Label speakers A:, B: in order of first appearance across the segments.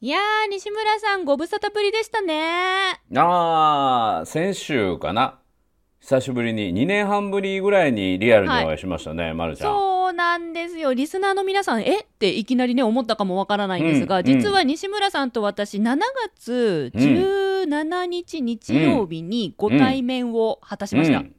A: いやー、西村さん、ご無沙汰ぶりでしたね。
B: あー、先週かな。久しぶりに、2年半ぶりぐらいにリアルにお会いしましたね、まるちゃん。
A: そうなんですよ。リスナーの皆さん、えっていきなりね、思ったかもわからないんですが、
B: うん
A: 実は西村さんと私、7月17日日曜日にご対面を果たしました。
B: うん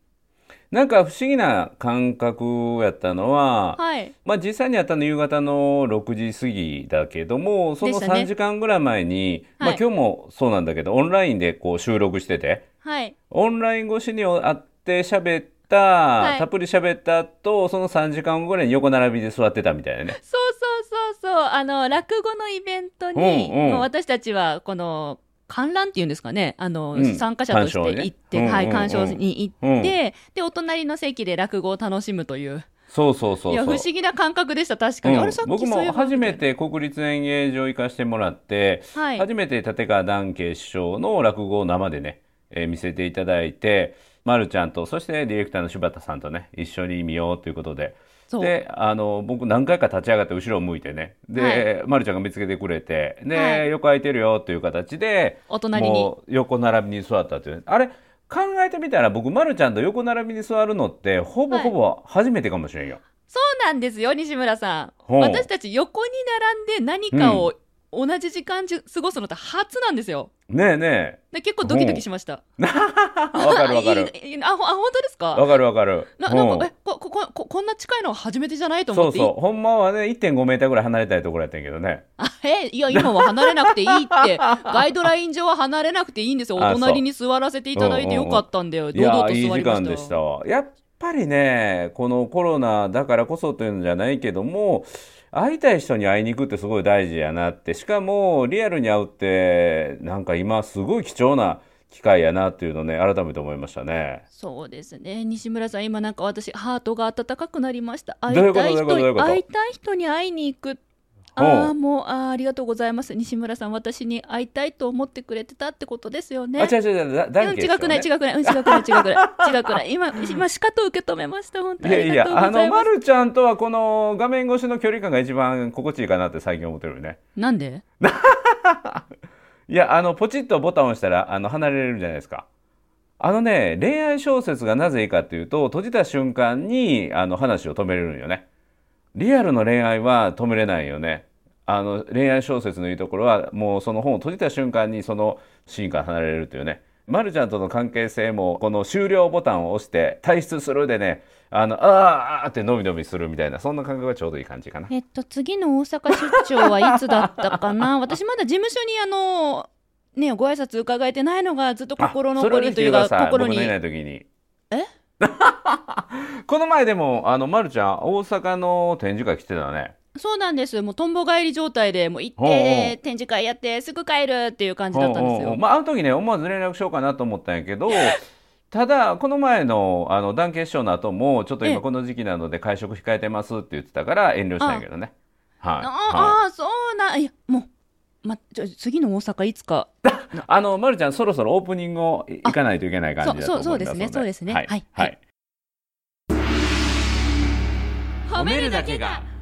B: なんか不思議な感覚やったのは、
A: はい。
B: まあ実際にやったの夕方の6時過ぎだけども、そ
A: で
B: の
A: したね
B: 3時間ぐらい前に、ま
A: は
B: あ
A: い
B: 今日もそうなんだけど、オンラインでこう収録してて、
A: はい。
B: オンライン越しに会って喋っ
A: い
B: た、たっぷり喋った後、その3時間後ぐらいに横並びで座ってたみたいなね。
A: そうそうそうそう。あの、落語のイベントに、
B: うんうん
A: まあ私たちは、この、観覧っていうんですかね。あの、
B: うん
A: 参加者として
B: 鑑賞ね
A: 行って、
B: うんうんうん
A: はい、鑑賞に行って、
B: う
A: で、お隣の席で落語を楽しむという。
B: そうそうそうそう。
A: いや、不思議な感覚でした、確かに。
B: うん
A: あれ、さっきそ
B: 僕
A: ういえ
B: も
A: ば
B: 初め。て国立演芸場行かしてもらって、
A: はい。
B: 初めて立川談慶師匠の落語を生でね、えー見せていただいて、ま、るちゃんとそしてディレクターの柴田さんとね一緒に見ようということで
A: そう。
B: であの僕何回か立ち上がって後ろを向いてねで、ま、るちゃんが見つけてくれてで、
A: はい
B: 横空いてるよという形で
A: お隣に。
B: もう横並びに座ったというあれ考えてみたら僕、ま、るちゃんと横並びに座るのってほぼほぼ初めてかもしれんよ。
A: そうなんですよ、西村さん。
B: ほう
A: 私たち横に並んで何かを同じ時間じ過ごすのって初なんですよ。
B: ねえねえ
A: で結構ドキドキしました。
B: わかるわかる。
A: いいいいあ、ほあ本当ですか
B: わかるわかる。
A: ななん
B: うん
A: か、え、こ、こ、こ、ここんな近いのは初めてじゃないと
B: そ
A: 思っ
B: う
A: て。
B: そう。ほんまはね、1.5メーターぐらい離れたいところやったんやけどね。
A: あえ、いや、今は離れなくていい って、ガイドライン上は離れなくていいんですよ。
B: あ
A: お隣に座らせていただいてよかったんだよ。
B: い
A: 堂々
B: や、
A: と座
B: い
A: り
B: い
A: ま
B: 時
A: した。
B: 間でしたわ。やっぱりね、このコロナだからこそというのじゃないけども、会いたい人に会いに行くってすごい大事やなって。しかも、リアルに会うって、なんか今すごい貴重な機会やなっていうのね、改めて思いましたね。
A: そうですね西村さん、今なんか私、ハートが温かくなりました。
B: う
A: 会い
B: いうこと
A: たい人
B: どういうことどういう
A: に
B: こと
A: 会いたい人に会いに行く。
B: ほう
A: ああ、もうあー、ありがとうございます。西村さん、私に会いたいと思ってくれてたってことですよね。
B: あ、違う違う違う、だ
A: うん、
B: 男系でしょ
A: 違くない、
B: ね
A: 違くない、うん、違くない、違く ない、違くない。今、今、しかと受け止めました。本当
B: い
A: にあ
B: やい
A: りがとう
B: や、あ
A: ござ
B: の、
A: いま。
B: まするちゃんとはこの画面越しの距離感が一番心地いいかなって最近思ってるよね。
A: なんで
B: いや、あの、ポチッとボタンを押したら、あの、離れれるじゃないですか。あのね、恋愛小説がなぜいいかっていうと、閉じた瞬間に、あの、話を止めれるんよね。リアルの恋愛は止めれないよね。あの、恋愛小説のいいところは、もうその本を閉じた瞬間に、そのシーンから離れれるというね。まるちゃんとの関係性も、この終了ボタンを押して、退出するでね、あの、あーあーってのびのびするみたいな、そんな感覚がちょうどいい感じかな。
A: えっと、次の大阪出張はいつだったかな 私まだ事務所にあの、ね、ご挨拶伺えてないのがずっと心
B: あそれ
A: 残
B: をね
A: りという
B: 聞
A: か、
B: てください
A: 心
B: 僕
A: に
B: のいない時に
A: え
B: この前でもあの、ま、るちゃん大阪の展示会来てたね
A: そうなんです。もうとんぼ返り状態で、もう行って、
B: ほうほう
A: 展示会やって、すぐ帰るっていう感じだったんです
B: おうおうおう
A: よ。
B: まあ、あの時ね思わず連絡しようかなと思ったんやけ どただこの前のあの団結賞の後もちょっと
A: ええ
B: 今この時期なので会食控えてますって言ってたから遠慮したんやけどねはいは
A: ああ、そうなん、いや、もう、ま、ちょ次の大阪いつか。
B: い、あの、ま、るちゃんそろそろオープニングをい行かないといけない感じだと思います
A: そうそうそうですね
B: の
A: そうですね
B: はい
A: はい
B: はい
A: 褒
B: は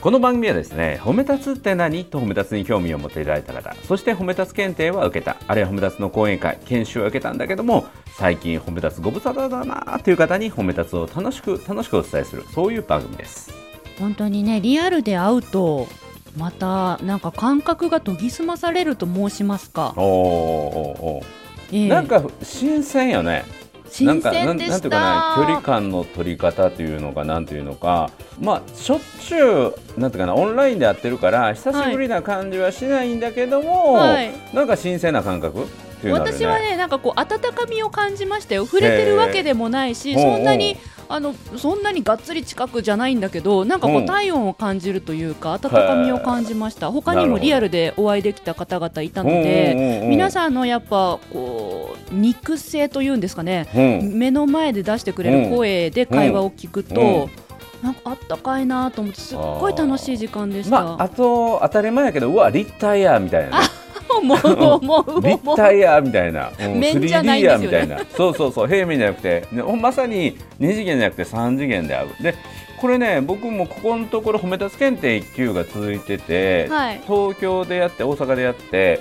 B: この番組はですね褒め立つって何と褒め立つに興味を持っていただいた方そして褒め立つ検定は受けたあるいは褒め立つの講演会研修を受けたんだけども最近褒め立つご無沙汰だなという方に褒め立つを楽しく楽しくお伝えするそういう番組です
A: 本当にねリアルで会うとまたなんか感覚が研ぎ澄まされると申しますか、
B: おーおーおー
A: ええ
B: なんか新鮮よね
A: 新鮮で
B: なんかなんなん
A: して
B: い
A: た
B: うかね距離感の取り方というのかなんていうのかまあしょっちゅうなんていうかなオンラインでやってるから久しぶりな感じはしないんだけども、
A: はい
B: なんか新鮮な感覚っていうのあるよ
A: 私はねなんかこう温かみを感じましたよ触れてるわけでもないし
B: へー
A: そんな
B: おう
A: にあのそんなにがっつり近くじゃないんだけどなんかこ
B: うん
A: う体温を感じるというか温かみを感じました他にもリアルでお会いできた方々いたので皆
B: ん、
A: さんのやっぱこう肉声というんですかね
B: うん
A: 目の前で出してくれる声で会話を聞く
B: う
A: となんかあったかいなと思ってすっごい楽しい時間でし
B: ま あ、
A: た
B: あ。と当たり前やけどうわ立体やみたいなね、
A: もう もうもうもう
B: 立体やみたいな、うん、
A: 面じゃないん
B: 3D
A: です
B: やみ
A: よね
B: たいなそうそうそう平面じゃなくて、ね、ほんまさに2次元じゃなくて3次元で会うでこれね僕もここのところ褒め立つ検定1級が続いてて、
A: はい
B: 東京でやって大阪でやって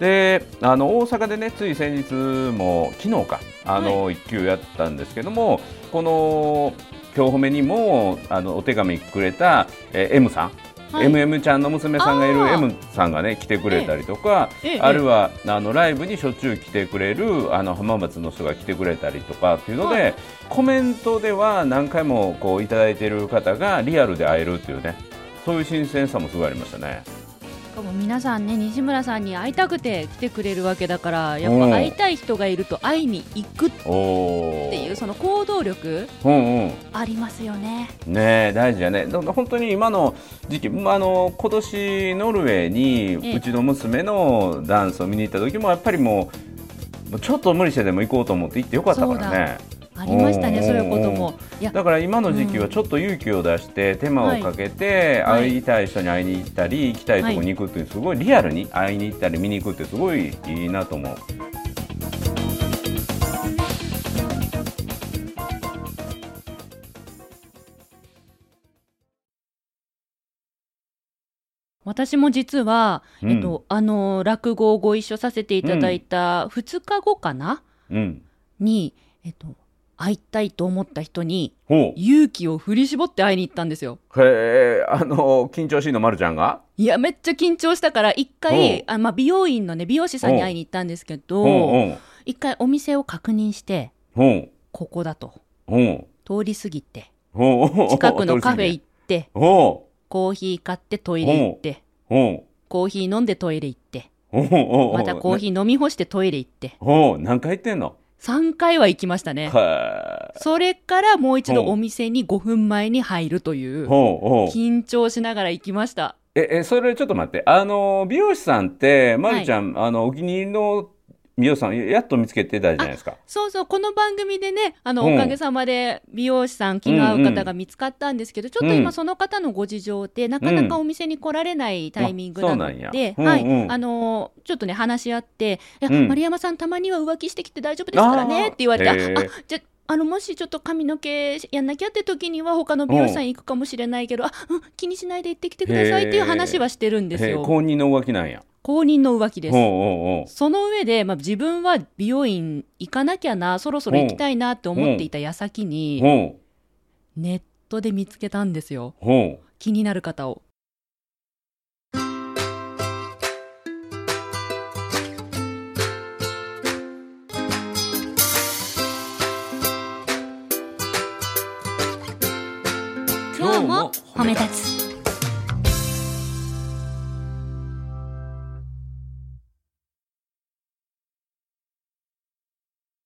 B: であの大阪でねつい先日も昨日かあの1級やったんですけども、この今日褒めにもあのお手紙くれた、えー M さん
A: はい
B: MM ちゃんの娘さんがい
A: あ
B: る
A: ー
B: M さんがね来てくれたりとか、
A: ええええ
B: あるいはあのライブにしょっちゅう来てくれるあの浜松の人が来てくれたりとかっていうので、
A: は
B: コメントでは何回もこういただいている方がリアルで会えるっていうねそういう新鮮さもすごいありましたね。
A: しかも皆さんね西村さんに会いたくて来てくれるわけだからやっ
B: うん
A: ぱ会いたい人がいると会いに行くっ
B: おー
A: ていうその行動力
B: うんうん
A: ありますよね。
B: ねえ大事やねだから本当に今の時期、まあ、あの今年ノルウェー
A: え
B: に
A: え
B: うちの娘のダンスを見に行った時もやっぱりもうもうちょっと無理してでも行こうと思って行ってよかったからね
A: ありましたね
B: おー
A: そういうことも。いや
B: だから今の時期はちょっと勇気を出して手間をかけて
A: はい
B: 会いたい人に会いに行ったり行きたいところに行くっていうすごいリアルに会いに行ったり見に行くってすごいいいなと思う。
A: 私も実は、
B: うん
A: えっと、あの落語をご一緒させていただいた2日後かな、
B: うん、
A: に、えっと、会いたいと思った人に
B: ほ
A: 勇気を振り絞って会いに行ったんですよ。
B: うへえあの緊張しいのまるちゃんが
A: いやめっちゃ緊張したから一
B: おう
A: 回あ、まあ、美容院のね美容師さんに会いに行ったんですけど
B: ほ
A: 一回お店を確認して
B: うほう
A: ここだと
B: ほう
A: 通り過ぎて
B: ほうほう
A: 近くのカフェ行って
B: ほ
A: コーヒー買ってトイレ行って
B: うほ
A: コーヒー飲んでトイレ行って
B: うほうほう
A: またコーヒ
B: ー
A: ー飲み干してトイレ行って
B: ほう何回言ってんの
A: 3回は行きましたね
B: へ
A: それからもう一
B: う
A: 度
B: ん
A: お店に5分前に入るとい
B: え
A: う
B: ほうほう
A: 緊張しながら行きました
B: え、え、それちょっと待って。あの、美容師さんって、まるちゃん、あの、お気に入りの美容師さん、やっと見つけてたじゃないですか。
A: そうそうこの番組でねあの、
B: うん
A: おかげさまで美容師さん気が合う方が見つかったんですけど、ちょっと
B: うん
A: 今その方のご事情でなかなかお店に来られないタイミングなの
B: あそうなん
A: で
B: や、うん
A: はい
B: うん
A: あのーちょっとね話し合って「いや
B: うん
A: 丸山さんたまには浮気してきて大丈夫ですから
B: あー
A: ね」って言われて「あ
B: へー
A: あじゃあのもしちょっと髪の毛やんなきゃって時には他の美容師さん行くかもしれないけど、あうん気にしないで行ってきてください」っていう話はしてるんです
B: へえ
A: よ。
B: 公認の浮気なんや。
A: 公認の浮気
B: ほ
A: で
B: う
A: す。
B: ほうほう。
A: その上で、まあ、自分は美容院行かなきゃなそろそろ行きたいなって思っていた矢先に
B: ほ
A: ネットで見つけたんですよ
B: うほ
A: 気になる方を。
C: 今日も褒め立つ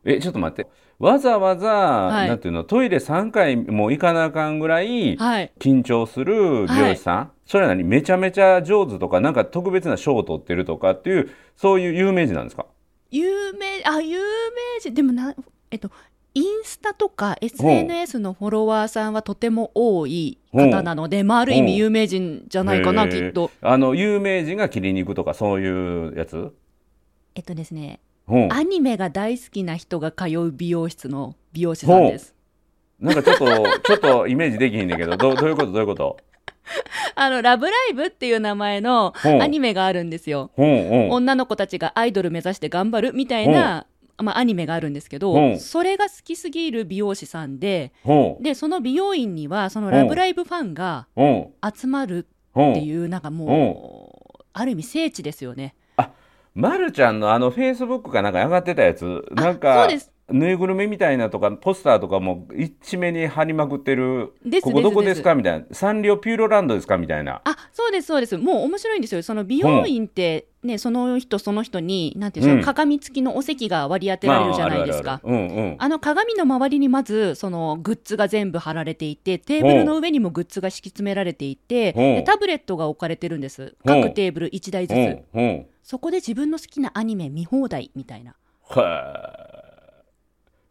B: う。え、ちょっと待って。わざわざ、
A: い
B: なんていうの、トイレ3回も行かなあかんぐらい、
A: はい
B: 緊張する美容師さん、それは何めちゃめちゃ上手とか、なんか特別な賞を取ってるとかっていう、そういう有名人なんですか
A: 有名あ有名人でもなえっとインスタとか SNS のフォロワーさんはとても多い方なので、まあ、ある意
B: うん
A: 味有名人じゃないかな
B: へ
A: き
B: え
A: っと。
B: あの、有名人が切りに行くとか、そういうやつ
A: えっとですね
B: ほう
A: アニメが大好きな人が通う美容室の美容師さんです。
B: なんかちょっと、 ちょっとイメージできひんねんけど、どうどういうことどういうこと
A: あの、ラブライブっていう名前の
B: ほう
A: アニメがあるんですよ。
B: ほんほん。
A: 女の子たちがアイドル目指して頑張るみたいな、まあ、アニメがあるんですけ
B: うん
A: ど、それが好きすぎる美容師さんで、
B: ほん
A: で、その美容院には、そのラブライブファンが
B: ほん
A: 集まる
B: ほ
A: って
B: ん。
A: いう、なんかもう、ある意味聖地ですよね。
B: まるちゃんのあのフェイスブックかなんか上がってたやつ、なん
A: あ
B: か
A: そうです。
B: ぬいぐるみみたいなとかポスターとかも一面に貼りまくってる
A: です
B: ここどこです
A: で
B: かみたいなサンリオピューロランドですかみたいな
A: あそうですそうですもう面白いんですよその美容院ってね、その人その人になんていうんでしょう、
B: うん
A: 鏡付きのお席が割り当てられるじゃないですか、
B: まああるあるあるうんうん
A: あの鏡の周りにまずそのグッズが全部貼られていてテーブルの上にもグッズが敷き詰められていて
B: ほう
A: でタブレットが置かれてるんです
B: ほう
A: 各テーブル1台ず
B: うん
A: つ
B: うんへ
A: そこで自分の好きなアニメ見放題みたいな
B: え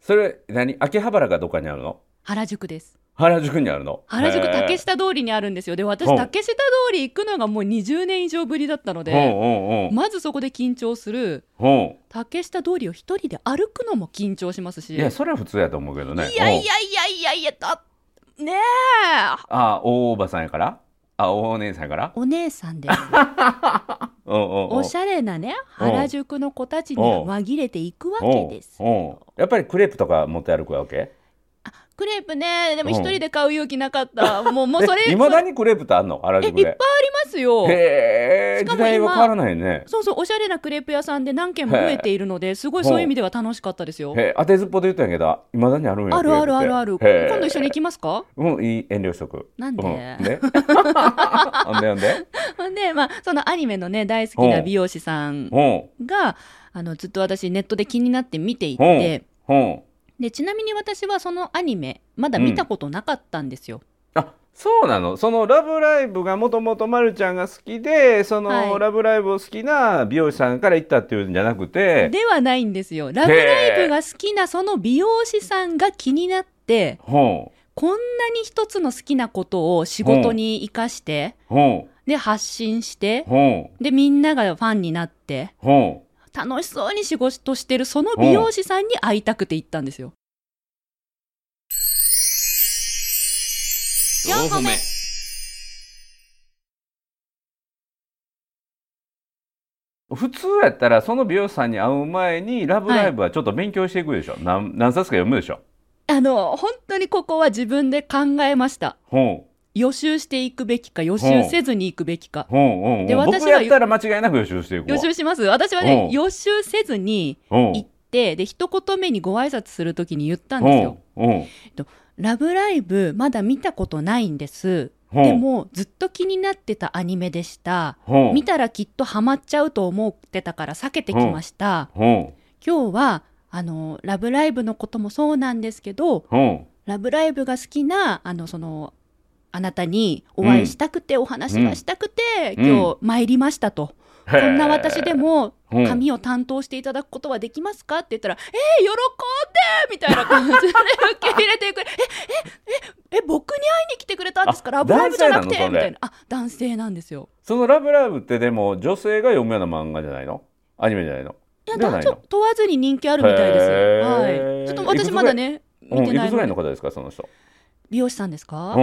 B: それ何秋葉原かどっかにあるの
A: 原宿です
B: 原宿にあるの
A: 原宿
B: へえ
A: 竹下通りにあるんですよで私
B: ほう
A: 竹下通り行くのがもう20年以上ぶりだったの
B: うん
A: で
B: うんうん
A: まずそこで緊張する
B: うん
A: 竹下通りを一人で歩くのも緊張しますし
B: いやそれは普通やと思うけどね
A: いやいや
B: うん
A: いやいやいやだねえ
B: あ大おばさんやからあ大お姉さんやから
A: お姉さんです
B: うんうんうん
A: おしゃれなね
B: うん
A: 原宿の子たちに
B: うん
A: 紛れていくわ
B: お
A: け
B: う
A: です
B: おうやっぱりクレープとか持って歩くわけ
A: クレープねでも
B: うん
A: 一人で買う勇気なかったもう もうそれ
B: いまだにクレープってあんの原
A: えいっ
B: 宿
A: ぱいあり
B: で
A: ますよ
B: へえ
A: しか
B: 時
A: も今
B: 代は変わらないね
A: そうそうおしゃれなクレープ屋さんで何軒も増えているのですごい
B: ほう
A: そういう意味では楽しかったですよ
B: へえ当てずっぽで言ったんやけどいまだにあるんや
A: あるあるあるある
B: クレープってへえ
A: 今度一緒に行きますか
B: うんいい遠慮しとく
A: なんで、
B: うん、でほんでほん で
A: ほん でまあそのアニメのね大好きな美容師さん
B: うん
A: があのずっと私ネットで気になって見ていて
B: うん
A: でちなみに私はそのアニメまだ見たことなかったんですよ、
B: あそうなのその「ラブライブ!」がもともとまるちゃんが好きでその「
A: はい
B: ラブライブ!」を好きな美容師さんから行ったっていうんじゃなくて
A: ではないんですよ。ラブライブが好きなその美容師さんが気になって、
B: ほ
A: こんなに一つの好きなことを仕事に活かして、
B: うほ
A: で、発信して
B: う、ほう
A: で、みんながファンになって、
B: ほう
A: 楽しそうに仕事してるその美容師さんに会いたくて行ったんですよ。
C: 4個目
B: 普通やったらその美容師さんに会う前に「ラブライブ!」はちょっと勉強していくでしょ、なん何冊か読むでしょ
A: あの、本当にここは自分で考えました。
B: ほう
A: 予習していくべきか、予習せずにいくべきか。
B: ほうほう
A: で
B: ほう
A: 私は
B: 僕やったら間違いなく予習していくわ
A: 予習します私は
B: う
A: ね
B: ん、
A: 予習せずに
B: ほう
A: 行って、で、一言目にご挨拶するときに言ったんですよ。
B: ほうほう
A: ラブライブまだ見たことないんです。
B: ほう
A: でもずっと気になってたアニメでした。
B: ほう
A: 見たらきっとハマっちゃうと思ってたから避けてきました。
B: ほう
A: 今日はあのラブライブのこともそうなんですけど、
B: ほ
A: ラブライブが好きなあのそのあなたにお会いしたくて、お話がしたくて、
B: うん
A: 今日参りましたと。
B: う
A: こんな私でも
B: うん
A: 髪を担当していただくことはできますかって言ったら、えー、喜んでみたいな感じで受け入れてくれ、え、え、え、え、僕に会いに来てくれたんですか
B: あ
A: ラブライブじゃなくて
B: 男性なのそ
A: み
B: れ
A: たいな。あ、男性なんですよ。
B: その「ラブライブ!」ってでも女性が読むような漫画じゃないのアニメじゃないの
A: いや、
B: ではない
A: 男
B: の
A: 女問わずに人気あるみたいです。
B: へー
A: はい。ちょっと私まだね、見て
B: うん、い
A: な
B: く
A: い
B: つぐらいの
A: ので
B: 方ですかその人
A: 美容師さんです
B: う
A: か、
B: んうん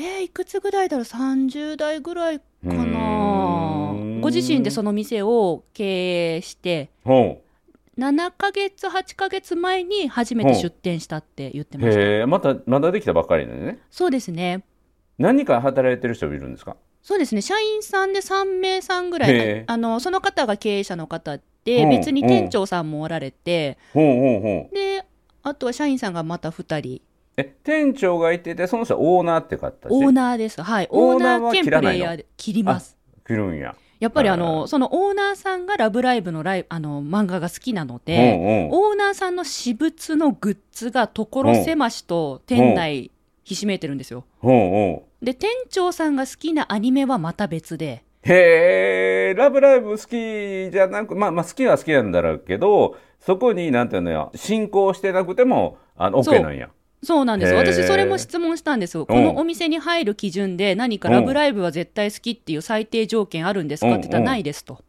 A: えー、いくつぐらいだろう ?30 代ぐらいか
B: う
A: な
B: ーん
A: ご自身でその店を経営して、
B: ほ
A: 7ヶ月、8ヶ月前に初めて出店したって言って
B: う
A: ました。
B: へえまたまだできたばっかりなのね
A: そうですね。
B: 何人か働いてる人もいるんですか
A: そうですね。社員さんで3名さんぐらい
B: へー、
A: あの、その方が経営者の方で、
B: うん
A: 別に店長さんもおられて、
B: ほうほうほう
A: で、あとは社員さんがまた2人。
B: え店長がいててその人はオーナーって形
A: オーナーです。はい。
B: オ
A: オ
B: ー
A: ーナ
B: ナー
A: ー
B: は
A: 兼
B: 切
A: プ
B: らな
A: レ
B: いの
A: イヤーで切ります。
B: 来るんや、
A: やっぱりあ
B: は
A: の、そのオーナーさんがラブライブのライあの、漫画が好きなので、
B: うんうん
A: オーナーさんの私物のグッズが所狭しと店内ひしめいてるんですよ。
B: うんうん
A: で、店長さんが好きなアニメはまた別で、
B: へえラブライブ好きじゃなくまあまあ好きは好きなんだろうけどそこになんていうのよ進行してなくてもあの
A: そう
B: OK なんや
A: そうなんです
B: へー
A: 私、それも質問したんですよ、こ
B: うん
A: のお店に入る基準で、何か
B: うん
A: ラブライブは絶対好きっていう最低条件あるんですかって言ったら、
B: うんうん
A: ないですと、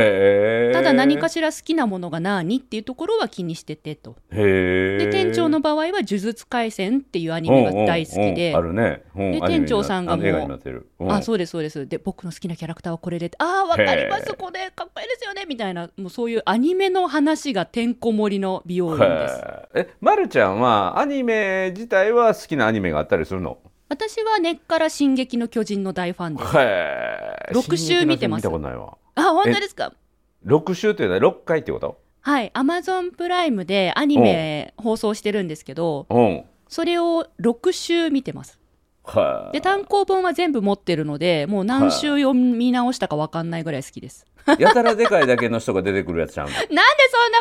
B: へえ
A: ただ何かしら好きなものが何っていうところは気にしててと、
B: へえ
A: で店長の場合は、呪術廻戦っていうアニメが大好きで
B: あ。るね、うん
A: で
B: アニメにな
A: 店長さんがもう
B: あの映画になってる、うん
A: あそうですそうですで僕の好きなキャラクターはこれでああわかりま
B: へ
A: す
B: ー
A: これかっこいいですよねみたいなもうそういうアニメの話がてんこ盛りの美容院です
B: へええまるちゃんはアニメ自体は好きなアニメがあったりするの
A: 私は根っから「進撃の巨人」の大ファンです
B: へえ
A: 六週見てます
B: 進撃の巨人見たことないわ
A: あ本当ですか
B: 6週っていうのは6回ってこと
A: はい、アマゾンプライムでアニメ放送してるんですけど、
B: うん。
A: それを6週見てます。
B: は
A: で、単行本は全部持ってるので、もう何週読み直したかわかんないぐらい好きです。
B: あ。やたらでかいだけの人が出てくるやつちゃうんだ
A: なんで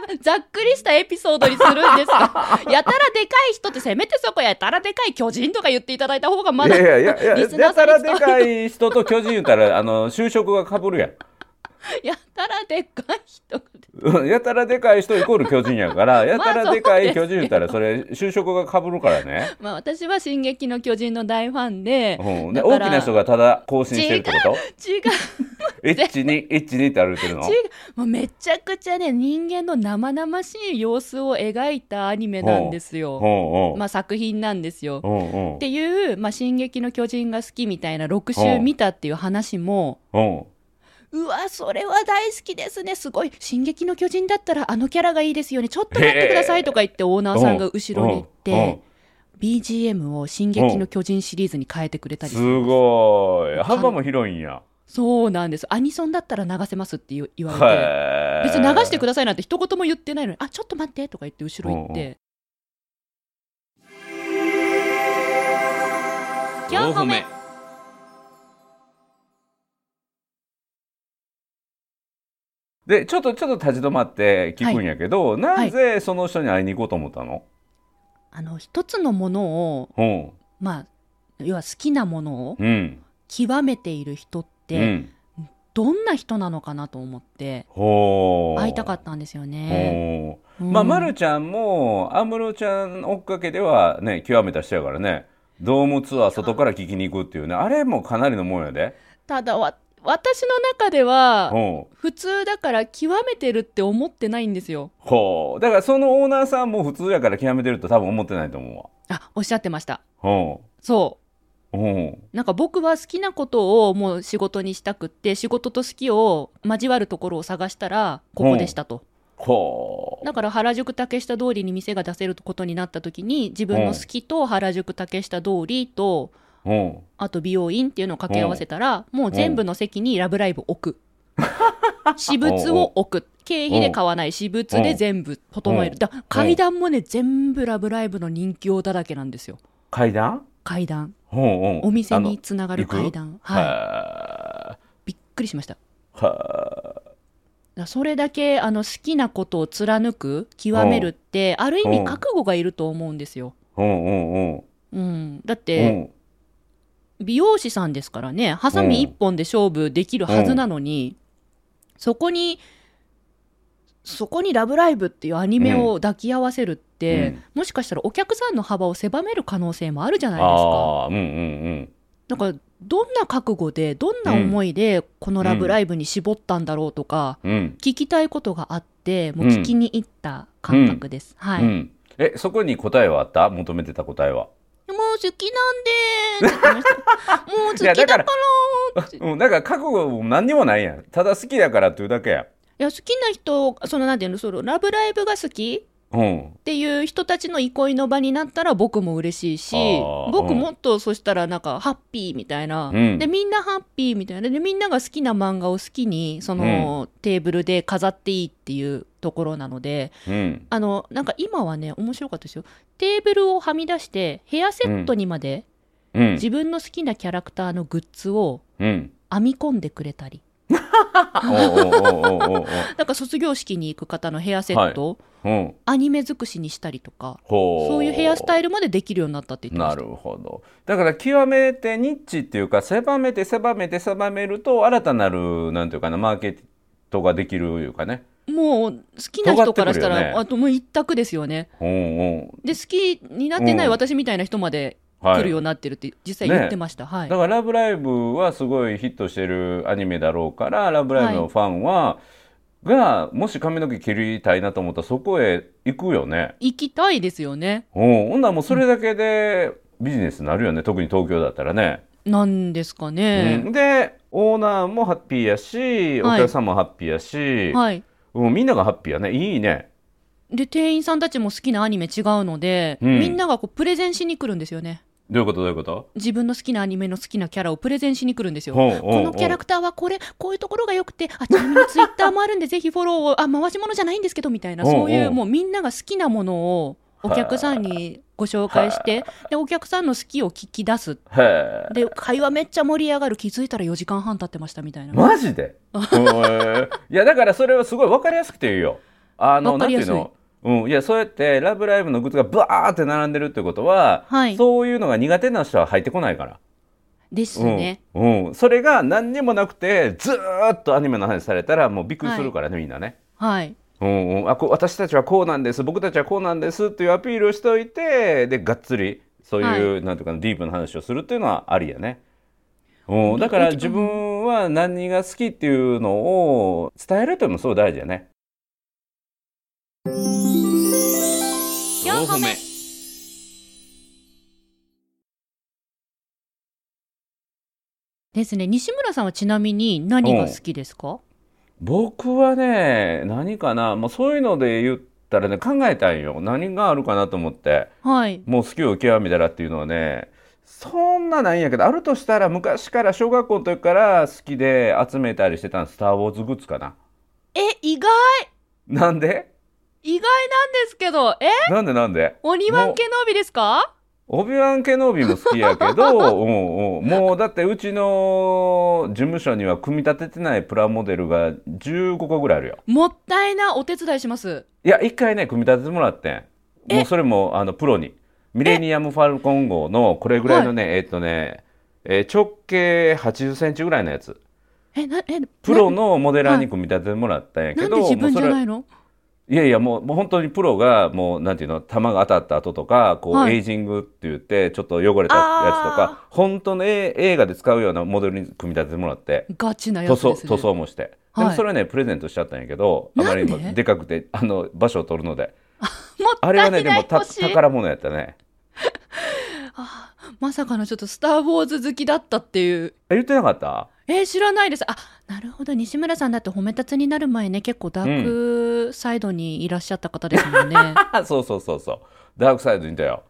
A: そんなざっくりしたエピソードにするんですか やたらでかい人ってせめてそこやたらでかい巨人とか言っていただいた方がま
B: い
A: だ
B: やいやいやいや
A: リスナ
B: や
A: ーさ
B: た
A: んに伝
B: らで
A: わ
B: かい人と巨人言ったらあの就職がかぶるやん
A: やたらでかい人が
B: うん やたらでかい人イコール巨人やからやたらでかい
A: まあそ
B: 巨
A: うですけ
B: 人
A: ど
B: 言ったらそれ就職がかぶるから ね、
A: まあ私は「進撃の巨人」の大ファンで
B: うん、
A: だ
B: で
A: か
B: 大
A: ら
B: きな人がただ更新してるってこと
A: 違う
B: 1212って歩いてるの
A: 違うもうめちゃくちゃね人間の生々しい様子を描いたアニメなんですよ、
B: ほうほう
A: まあ、作品なんですよ。
B: ほうほう
A: っていう「まあ、進撃の巨人」が好きみたいな6週見たっていう話も。
B: ほ
A: うわそれは大好きですねすごい「進撃の巨人」だったらあのキャラがいいですよねちょっと待ってくださいとか言ってオー
B: う
A: ナーさんが後ろに行っ
B: うんうん
A: て BGM を「進撃の巨人」シリーズに変えてくれたり
B: す
A: する
B: ごい幅も広いんや
A: そうなんですアニソンだったら流せますって言う言われて
B: へえ
A: 別に流してくださいなんて一言も言ってないのに「あちょっと待って」とか言って後ろ行っ
B: うん
A: て
B: 4
A: 個目
B: でちょっとちょっと立ち止まって聞くんやけど、なぜその人に会いに行こうと思ったの、
A: あの一つのものを
B: うん
A: まあ要は好きなものを
B: うん
A: 極めている人っ
B: う
A: て
B: ん
A: どんな人なのかなと思って
B: ほう
A: 会いたかったんですよね。
B: ほう
A: うん
B: まあ、まるちゃんも安室ちゃん追っかけではね極めた人やからねドームツアー外から聞きに行くっていうねあれもかなりのもんやで。
A: ただわ私の中では
B: ほう
A: 普通だから極めてるって思ってないんですよ
B: ほうだからそのオーナーさんも普通やから極めてると多分思ってないと思うわ。
A: あおっしゃってました
B: ほ
A: そう
B: ほう
A: うなんか僕は好きなことをもう仕事にしたくって仕事と好きを交わるところを探したらここでしたと、
B: ほう
A: だから原宿竹下通りに店が出せることになった時に自分の好きと原宿竹下通りと
B: ほ
A: あと美容院っていうのを掛け合わせたら、もう全部の席にラブライブ 置く。私物を置く。経費で買わない私物で全部整え
B: う
A: る。
B: ん
A: だ階段もね、全部ラブライブの人気王だらけなんですよ。
B: う階段
A: 階段。
B: ほうほう
A: お店
B: あの
A: につながる階段。はい。
B: は
A: びっくりしました。だか
B: いは
A: らそれだけあの好きなことを貫く、極めるって、ある意
B: うん
A: 味覚悟がいると思うんですよ。
B: いうんうんうん
A: うん。だっ
B: う
A: て、
B: ん
A: 美容師さんですからね、ハサミ一本で勝負できるはずなのに、そこに、そこにラブライブっていうアニメを抱き合わせるって、
B: うん
A: もしかしたらお客さんの幅を狭める可能性もあるじゃないですか。
B: ああーうんうんうん
A: だから、どんな覚悟で、どんな思いで、このラブライブに絞ったんだろうとか、
B: うん
A: 聞きたいことがあって、もう聞きに行った感覚です。はい。
B: う
A: もうん
B: えそこに答えはあった求めてた答えは
A: 好きなんでーって言ってま した。もう好きだからーって。
B: うん、だから覚悟も何にもないやん。ただ好きだからっていうだけや。
A: いや好きな人そのなんていうのその「ラブライブ!」が好き
B: うん。
A: っていう人たちの憩いの場になったら僕も嬉しいし
B: あー
A: 僕
B: うん
A: もっとそしたらなんかハッピーみたいな、
B: うん
A: でみんなハッピーみたいなでみんなが好きな漫画を好きにその、テーブルで飾っていいっていうところなので
B: うん。
A: あのなんか今はね面白かったですよテーブルをはみ出してヘアセットにまで
B: うん。
A: 自分の好きなキャラクターのグッズを
B: うん。
A: 編み込んでくれたり
B: おうおうおうおうおう
A: なんか卒業式に行く方のヘアセットを
B: おう。うん。
A: アニメ尽くしにしたりとか
B: ほう。
A: そういうヘアスタ
B: イ
A: イルまでできるようになったって言ってま
B: な
A: した
B: るほど。だから極めてニッチっていうか、狭めて狭めて狭めると、新たなる、なんていうかな、マーケットができるいうかね。
A: もう好きな人からした
B: 尖ってく
A: ら、
B: るよね
A: あともう一択ですよね
B: うんうん。
A: で好きになってない
B: うん
A: 私みたいな人まで
B: は
A: 来
B: い。
A: るようになってるって実際言ってました、はい
B: だから「ラブライブ!」はすごいヒットしてるアニメだろうから「ラブライブ!」のファンは、がもし髪の毛切りたいなと思ったらそこへ行くよね。
A: 行きたいですよね
B: うん、ほんならもうそれだけでビジネスになるよね、特に東京だったらね。
A: なんですか
B: う
A: ね、
B: んでオーナーもハッピーやしお
A: はい
B: 客さんもハッピーやし、
A: はい
B: うん、みんながハッピーやねいいね。
A: で店員さんたちも好きなアニメ違うので、
B: うん
A: みんながこうプレゼンしに来るんですよね
B: どういうことどういうこと
A: 自分の好きなアニメの好きなキャラをプレゼンしに来るんですよ。
B: ほうほうほう
A: このキャラクターはこれ、こういうところが良くて、あ、ちなみにツイッターもあ るんで、ぜひフォローを、あ、回し物じゃないんですけど、みたいな、
B: うんうん
A: そういう、もうみんなが好きなものをお客さんにご紹介して、で、お客さんの好きを聞き出す。
B: へえ
A: で、会話めっちゃ盛り上がる。気づいたら4時間半経ってました、みたいな。
B: マジ でへえいやだからそれはすごい分かりやすくて言うよあの
A: わかりやすい
B: なんていうのうんいやそうやって「ラブライブ!」のグッズがバーって並んでるってことは、
A: はい
B: そういうのが苦手な人は入ってこないから
A: ですね。
B: うんうん、それが何にもなくてずーっとアニメの話されたらもうびっくりするからね、みんなね。
A: はい。
B: うんうん、あこう私たちはこうなんです僕たちはこうなんですっていうアピールをしておいてでがっつりそういう、なんていうかなディープな話をするっていうのはありやね、うん、だから自分は何が好きっていうのを伝えるっていうのもすごい大事やね
C: 4歩目
A: ですね。西村さんはちなみに何が好きですか
B: 僕はね何かな、まあ、そういうので言ったらね考えたんよ何があるかなと思って。
A: はい。
B: もう好きを極めたらっていうのはねそんなないんやけどあるとしたら昔から小学校の時から好きで集めたりしてたのスター・ウォーズグッズかな。
A: え、意外
B: なんで
A: 意外なんですけど、え
B: なんでなんで
A: オニワンケノービですか
B: オビワン・ケノービも好きやけどうん、うん、もうだってうちの事務所には組み立ててないプラモデルが15個ぐらいあるよ。
A: もったいなお手伝いします。
B: いや一回ね組み立ててもらってんもうそれもあのプロにミレニアム・ファルコン号のこれぐらいのねえっとね、えー直径8 0センチぐらいのやつ。
A: え、な、え、
B: プロのモデラーに組み立ててもらったんやけ
A: な
B: ど、
A: んで自分じゃないいの
B: いやいやもうもう本当にプロがもうなんていうの弾が当たった後とかこう、
A: はい
B: エイジングって言ってちょっと汚れたやつとか本当のえ映画で使うようなモデルに組み立ててもらって
A: ガチなや
B: 塗
A: つ
B: 装
A: です、ね。
B: 塗装もして、
A: はい
B: でもそれはねプレゼントしちゃったんやけどあまりにも
A: なんで
B: でかくてあの場所を取るので
A: もった
B: あ
A: い
B: れ
A: な
B: はいねでもた
A: 欲しいあ
B: 宝物やったね
A: ーまさかのちょっとスター・ウォーズ好きだったっていう。
B: え言ってなかった
A: えー知らないです。あ、なるほど。西村さんだって褒めたつになる前ね、結構ダークサイドにいらっしゃった方ですもんね。 あ
B: あそうそうそうそうダークサイドにいたよ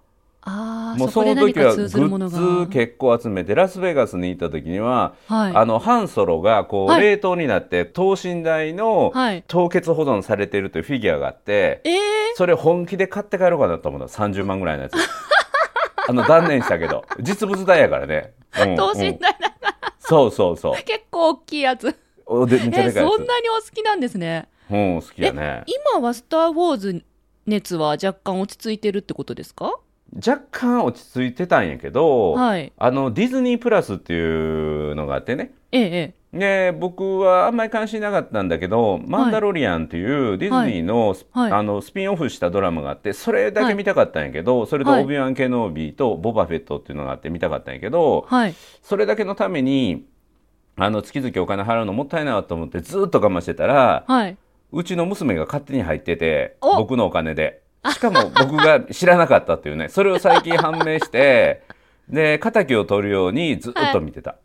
A: あー、
B: もう
A: そこ
B: そ
A: で
B: の
A: 何
B: 時
A: か
B: はグ
A: 通ずるものが。
B: ッズ結構集めてラスベガスに行った時には
A: は
B: あのハンソロがこ
A: は
B: う
A: い
B: 冷凍になって等身大の
A: い。はい。
B: 凍結保存されているというフィギュアがあって
A: えー、
B: それ本気で買って帰ろうかなと思うの30万ぐらいのやつ あの断念したけど実物大やからね、うん
A: 等
B: う
A: 身
B: ん
A: 大な、
B: そうそうそ
A: 結構大きいやつ。
B: うおでめっちゃ
A: え
B: でかいや
A: そんなにお好きなんですね。
B: つ、うん、好きやね
A: 今はスター・ウォーズ熱は若干落ち着いてるってことですか
B: 若干落ち着いてたんやけど、
A: はい。
B: あのディズニープラスっていうのがあってね
A: ええ、え
B: で僕はあんまり関心なかったんだけど「マンダロリアン」っていうディズニーのス,、
A: はい
B: あのスピンオフしたドラマがあってそれだけ見たかったんやけど、それと
A: は
B: 「
A: い
B: オビワン・ケノービー」と「ボバフェット」っていうのがあって見たかったんやけ
A: え。
B: ど
A: はい。
B: それだけのためにあの月々お金払うのもったいないなと思ってずっと我慢してたら
A: はい。
B: うちの娘が勝手に入ってて
A: お
B: 僕のお金でしかも僕が知らなかったっていうねそれを最近判明してで敵を取るようにずっと見てた、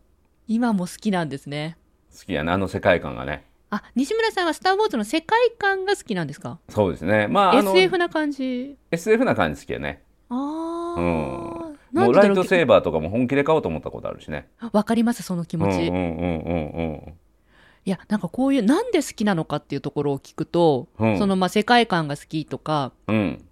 A: 今も好きなんですね。
B: 好きやなあの世界観がね。
A: あ、西村さんはスター・ウォーズの世界観が好きなんですか
B: そうですね。まあ、あの
A: ?SF な感じ。
B: SF な感じ好きやね。
A: ああ。
B: うん
A: な
B: も
A: ん
B: う
A: でだろ
B: ライ
A: う
B: トセーバーとかも本気で買おうと思ったことあるしね。
A: わかります、その気
B: うん
A: 持
B: うん
A: ち。
B: うん
A: い
B: うん
A: や、なんかこういう、なんで好きなのかっていうところを聞くと、
B: うん
A: その、まあ、世界観が好きとか、
B: うん。うん。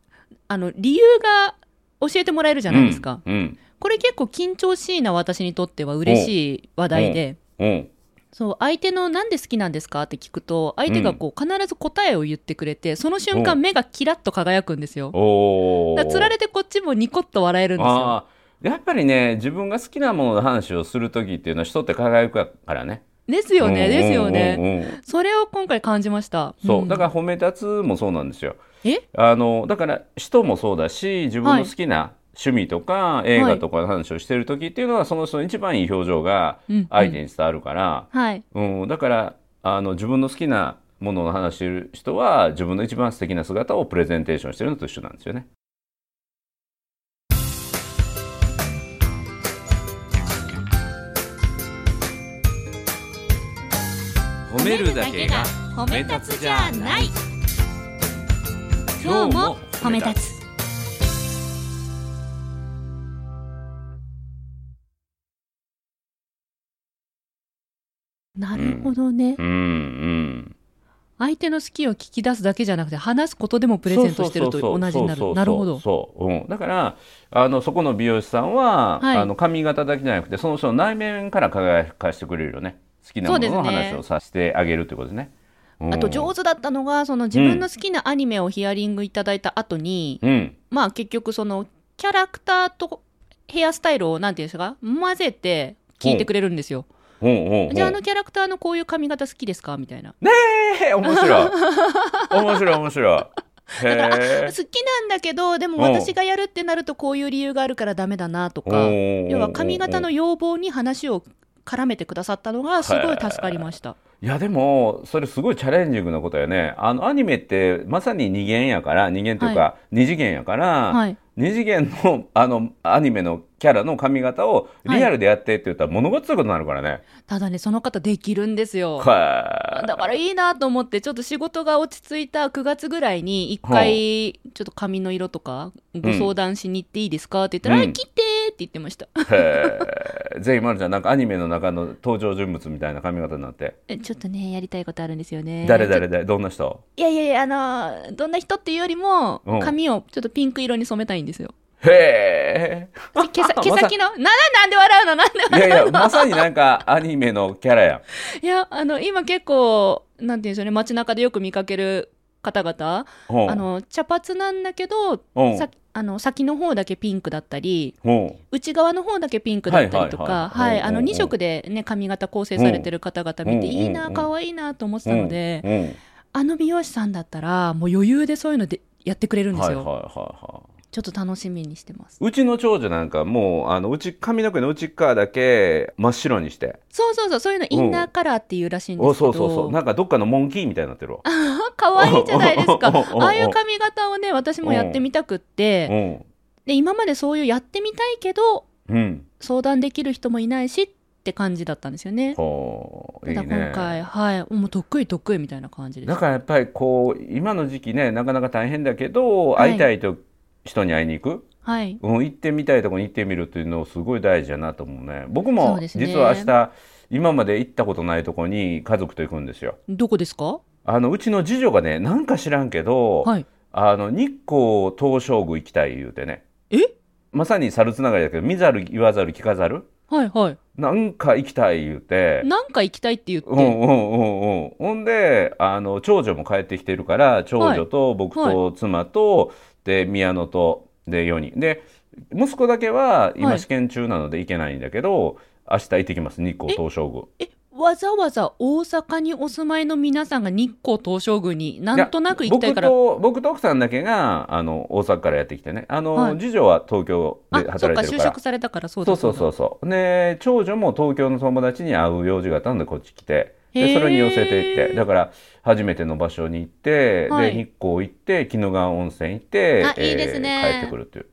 A: あの、理由が教えてもらえるじ
B: じ
A: ゃないですか。
B: うん。
A: これ結構緊張しいな私にとっては嬉しい話題で、
B: うん。
A: そう、相手のなんで好きなんですかって聞くと、相手がこう必ず答えを言ってくれて、その瞬
B: う
A: 間
B: ん
A: 目がキラッと輝くんですよ。
B: おお。
A: だからつられてこっちもニコッと笑えるんですよ。
B: あーやっぱりね、自分が好きなものの話をするときっていうのは人って輝くからね。
A: ですよね、
B: うんうん
A: ですよ
B: う
A: ね。
B: んうん
A: それを今回感じました。
B: そう。
A: ん
B: だから褒め立つもそうなんですよ。
A: え
B: あの、だから人もそうだし、自分の好きな趣味とか映画とかの話をしてるときっていうのは、その人の一番いい表情が
A: うん
B: 相手に伝わるから、
C: はい
B: うん、だからあの自分の好きなものを話している人は自分の一番素敵な姿をプレゼンテーションしてるのと一緒なんですよね。褒
C: 褒め立つじゃない今日も褒め立つ
A: なるほどね、
B: うんうん
A: 相手の好きを聞き出すだけじゃなくて話すことでもプレゼントしてると同じにな
B: そうそうそうそう
A: るなるほど
B: そう、うん、だからあのそこの美容師さんは、
A: はい
B: あの髪型だけじゃなくてその人の内面から輝かしてくれるよね好きなもの
A: そ
B: の
A: うですね
B: 話をさせてあげるということですね。うん
A: あと上手だったのがその自分の好きなアニメをヒアリングいただいた後に、
B: うん
A: まあ結局そのキャラクターとヘアスタイルをなんていうんですか混ぜて聞いてくれるんですよ。
B: うんうんうん
A: じゃああのキャラクターのこういう髪型好きですかみたいな。
B: えー 面白い面白い面白いへ
A: だからあ
B: え
A: 好きなんだけどでも私がやるってなるとこういう理由があるからダメだなとか要は髪型の
B: い
A: 要望に話を絡めてくださったのがすごい助かりました。
B: やでもそれすごいチャレンジングなことよねあのアニメってまさに二元やから二元というか、二次元やから、
A: はい、
B: 二次元のあのアニメのキャラの髪型をリアルでやってって言ったら物ごっついことになるからね。
A: ただねその方できるんですよ。
B: は
A: だからいいなと思ってちょっと仕事が落ち着いた9月ぐらいに1回ちょっと髪の色とかご相談しに行っていいですかって言ったら「
B: うん
A: あ切って!」って言ってました
B: い。へえぜひまるちゃんなんかアニメの中の登場人物みたいな髪型になって、
A: 「えちょっとねやりたいことあるんですよね」
B: 誰誰誰どんな人
A: いやいやいやあのどんな人っていうよりも
B: うん
A: 髪をちょっとピンク色に染めたいんですよ
B: へえ
A: 毛さ毛
B: まさ
A: 先のなななんで笑うのなんで
B: いやいやまさになんかアニメのキャラや ん。
A: いやあの今結構なんて言うんでしょうね街中でよく見かける方々
B: ほう
A: あの茶髪なんだけど
B: うん
A: さあの先の方だけピンクだったり
B: ほ
A: 内側の方だけピンクだったりとか、
B: はいはいはい
A: はい、あ
B: うんうんう
A: の2
B: ん
A: 色でね、髪型構成されてる方々見て、
B: うん
A: いい
B: うんう
A: な、
B: ん
A: 可愛いなと思って
B: う
A: たので、
B: うんうん
A: あの美容師さんだったら、もう余裕でそういうのでやってくれるんです
B: はいはい
A: よ。
B: はいはい。
A: ちょっと楽しみにしてます。
B: うちの長女なんかもうあのうち髪の毛の内側だけ真っ白にして、
A: そうそうそう、そういうのインナーカラーっていうらしいんで
B: お
A: すけ
B: そうそう そう
A: ど、
B: なんかどっかのモンキーみたいになってるわ。
A: 可愛いじゃないですか。
B: おうおうおうおう
A: ああいう髪型をね、私もやってみたくって、
B: ん
A: で、今までそういうやってみたいけど、
B: うん。
A: 相談できる人もいないしって感じだったんですよね。
B: ほうい
A: た
B: い
A: だ
B: ね。
A: 今回、はい、もう得意得意みたいな感じで
B: だ
A: す。
B: からやっぱりこう今の時期ねなかなか大変だけど
A: はい
B: 会いたいと人に会いに行く、
A: はい。
B: うん、行ってみたいところに行ってみるっていうのすごい大事だなと思うね僕
A: そ
B: も
A: うですね
B: 実は明日今まで行ったことないところに家族と行くんですよ
A: どこですか
B: あのうちの次女がねなんか知らんけど、
A: はい。
B: あの日光東照宮行きたい言うてね
A: え
B: まさに猿つながりだけど見ざる言わざる聞かざる
A: はいは
B: なんか行きたい言うて
A: い。なんか行きたいって言って。
B: うんうんうんうん。ほんで、あの、長女も帰ってきてるから、長女と僕と妻と、で、宮野と、で、4人。で、息子だけは
A: は
B: 今
A: い
B: 試験中なので行けないんだけど、明日行ってきます、日光東照宮。
A: え、わざわざ大阪にお住まいの皆さんが日光東照宮になんとなく行きたいから。
B: や僕と、僕と奥さんだけが、あの、大阪からやってきてね。あの、
A: はい
B: 次女は東京
A: あ
B: で、
A: そっ
B: 働
A: か、
B: いて
A: 就
B: るから
A: 職。されたからそうだ
B: そうそうそううそう。で、長女も東京の友達に会う用事があったので、こっち来て。
A: へ
B: で、
A: ー
B: それに寄せていって。だから、初めての場所に行って、
A: はい
B: で、日光行って、鬼怒川温泉行って
A: あ、いいですね
B: 帰ってくるっていう。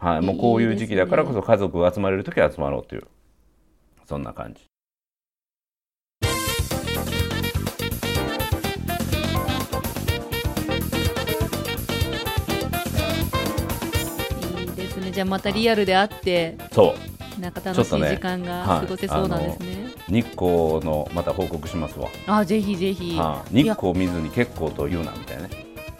B: はい。もう
A: いい
B: こういう時期だからこそ家族が集まれるときは集まろうっていう。そんな感じ。
A: だ。いいですね。じゃあまたリアルで会って、
B: そう。
A: なんか楽しい時間
B: ちょっとねは
A: が
B: い
A: 過ごせそうなんですね。
B: 日光の、また報告しますわ。
A: あぜひぜひ。
B: はい。日光見ずに結構と言うな、みたいなね。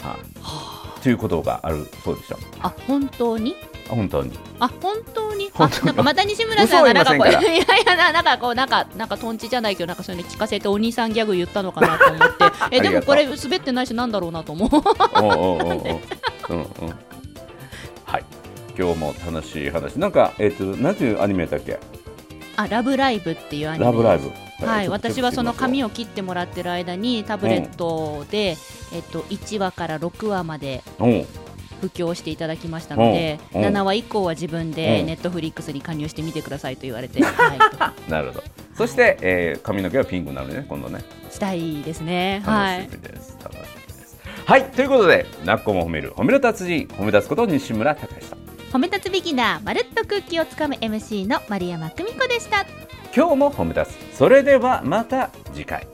B: はい。ということがあるそうでした。
A: あ、本当に
B: 本当に。
A: あ、本当に
B: 本当
A: あ、
B: に
A: なんかまた西村さんがなんかこう、い
B: 嘘
A: や
B: はい
A: や、なんかこう、なんか、なんかトンチじゃないけど、なんかそういうの聞かせてお兄さんギャグ言ったのかなと思って。え、でもこれ滑ってないしなんだろうなと思う。
B: おうおうおうおううんうんはい今日も楽しい話なんかえっ、となんていうアニメだっけ
A: あ、ラブライブっていうアニメ。
B: ラブライブ
A: はい、私はその髪
B: を
A: を切ってもらってる間にタブレットで、えっと、1話から6話まで
B: うん
A: 布教していただきましたので、
B: うんうん
A: 7話以降は自分
B: う
A: で
B: ん
A: ネットフリックスに加入してみてくださいと言われて、は
B: なるほどそして、えー、髪の毛はピンクになるね今度ね
A: い、したいですね。は
B: 楽し
A: い、
B: みです、楽しみですはいということでなっこも褒める褒める達人褒め立つこと西村隆之さん
C: 褒め立つビギナーまるっと空気をつかむ MC の丸山久美子でした
B: 今日も褒め立つそれではまた次回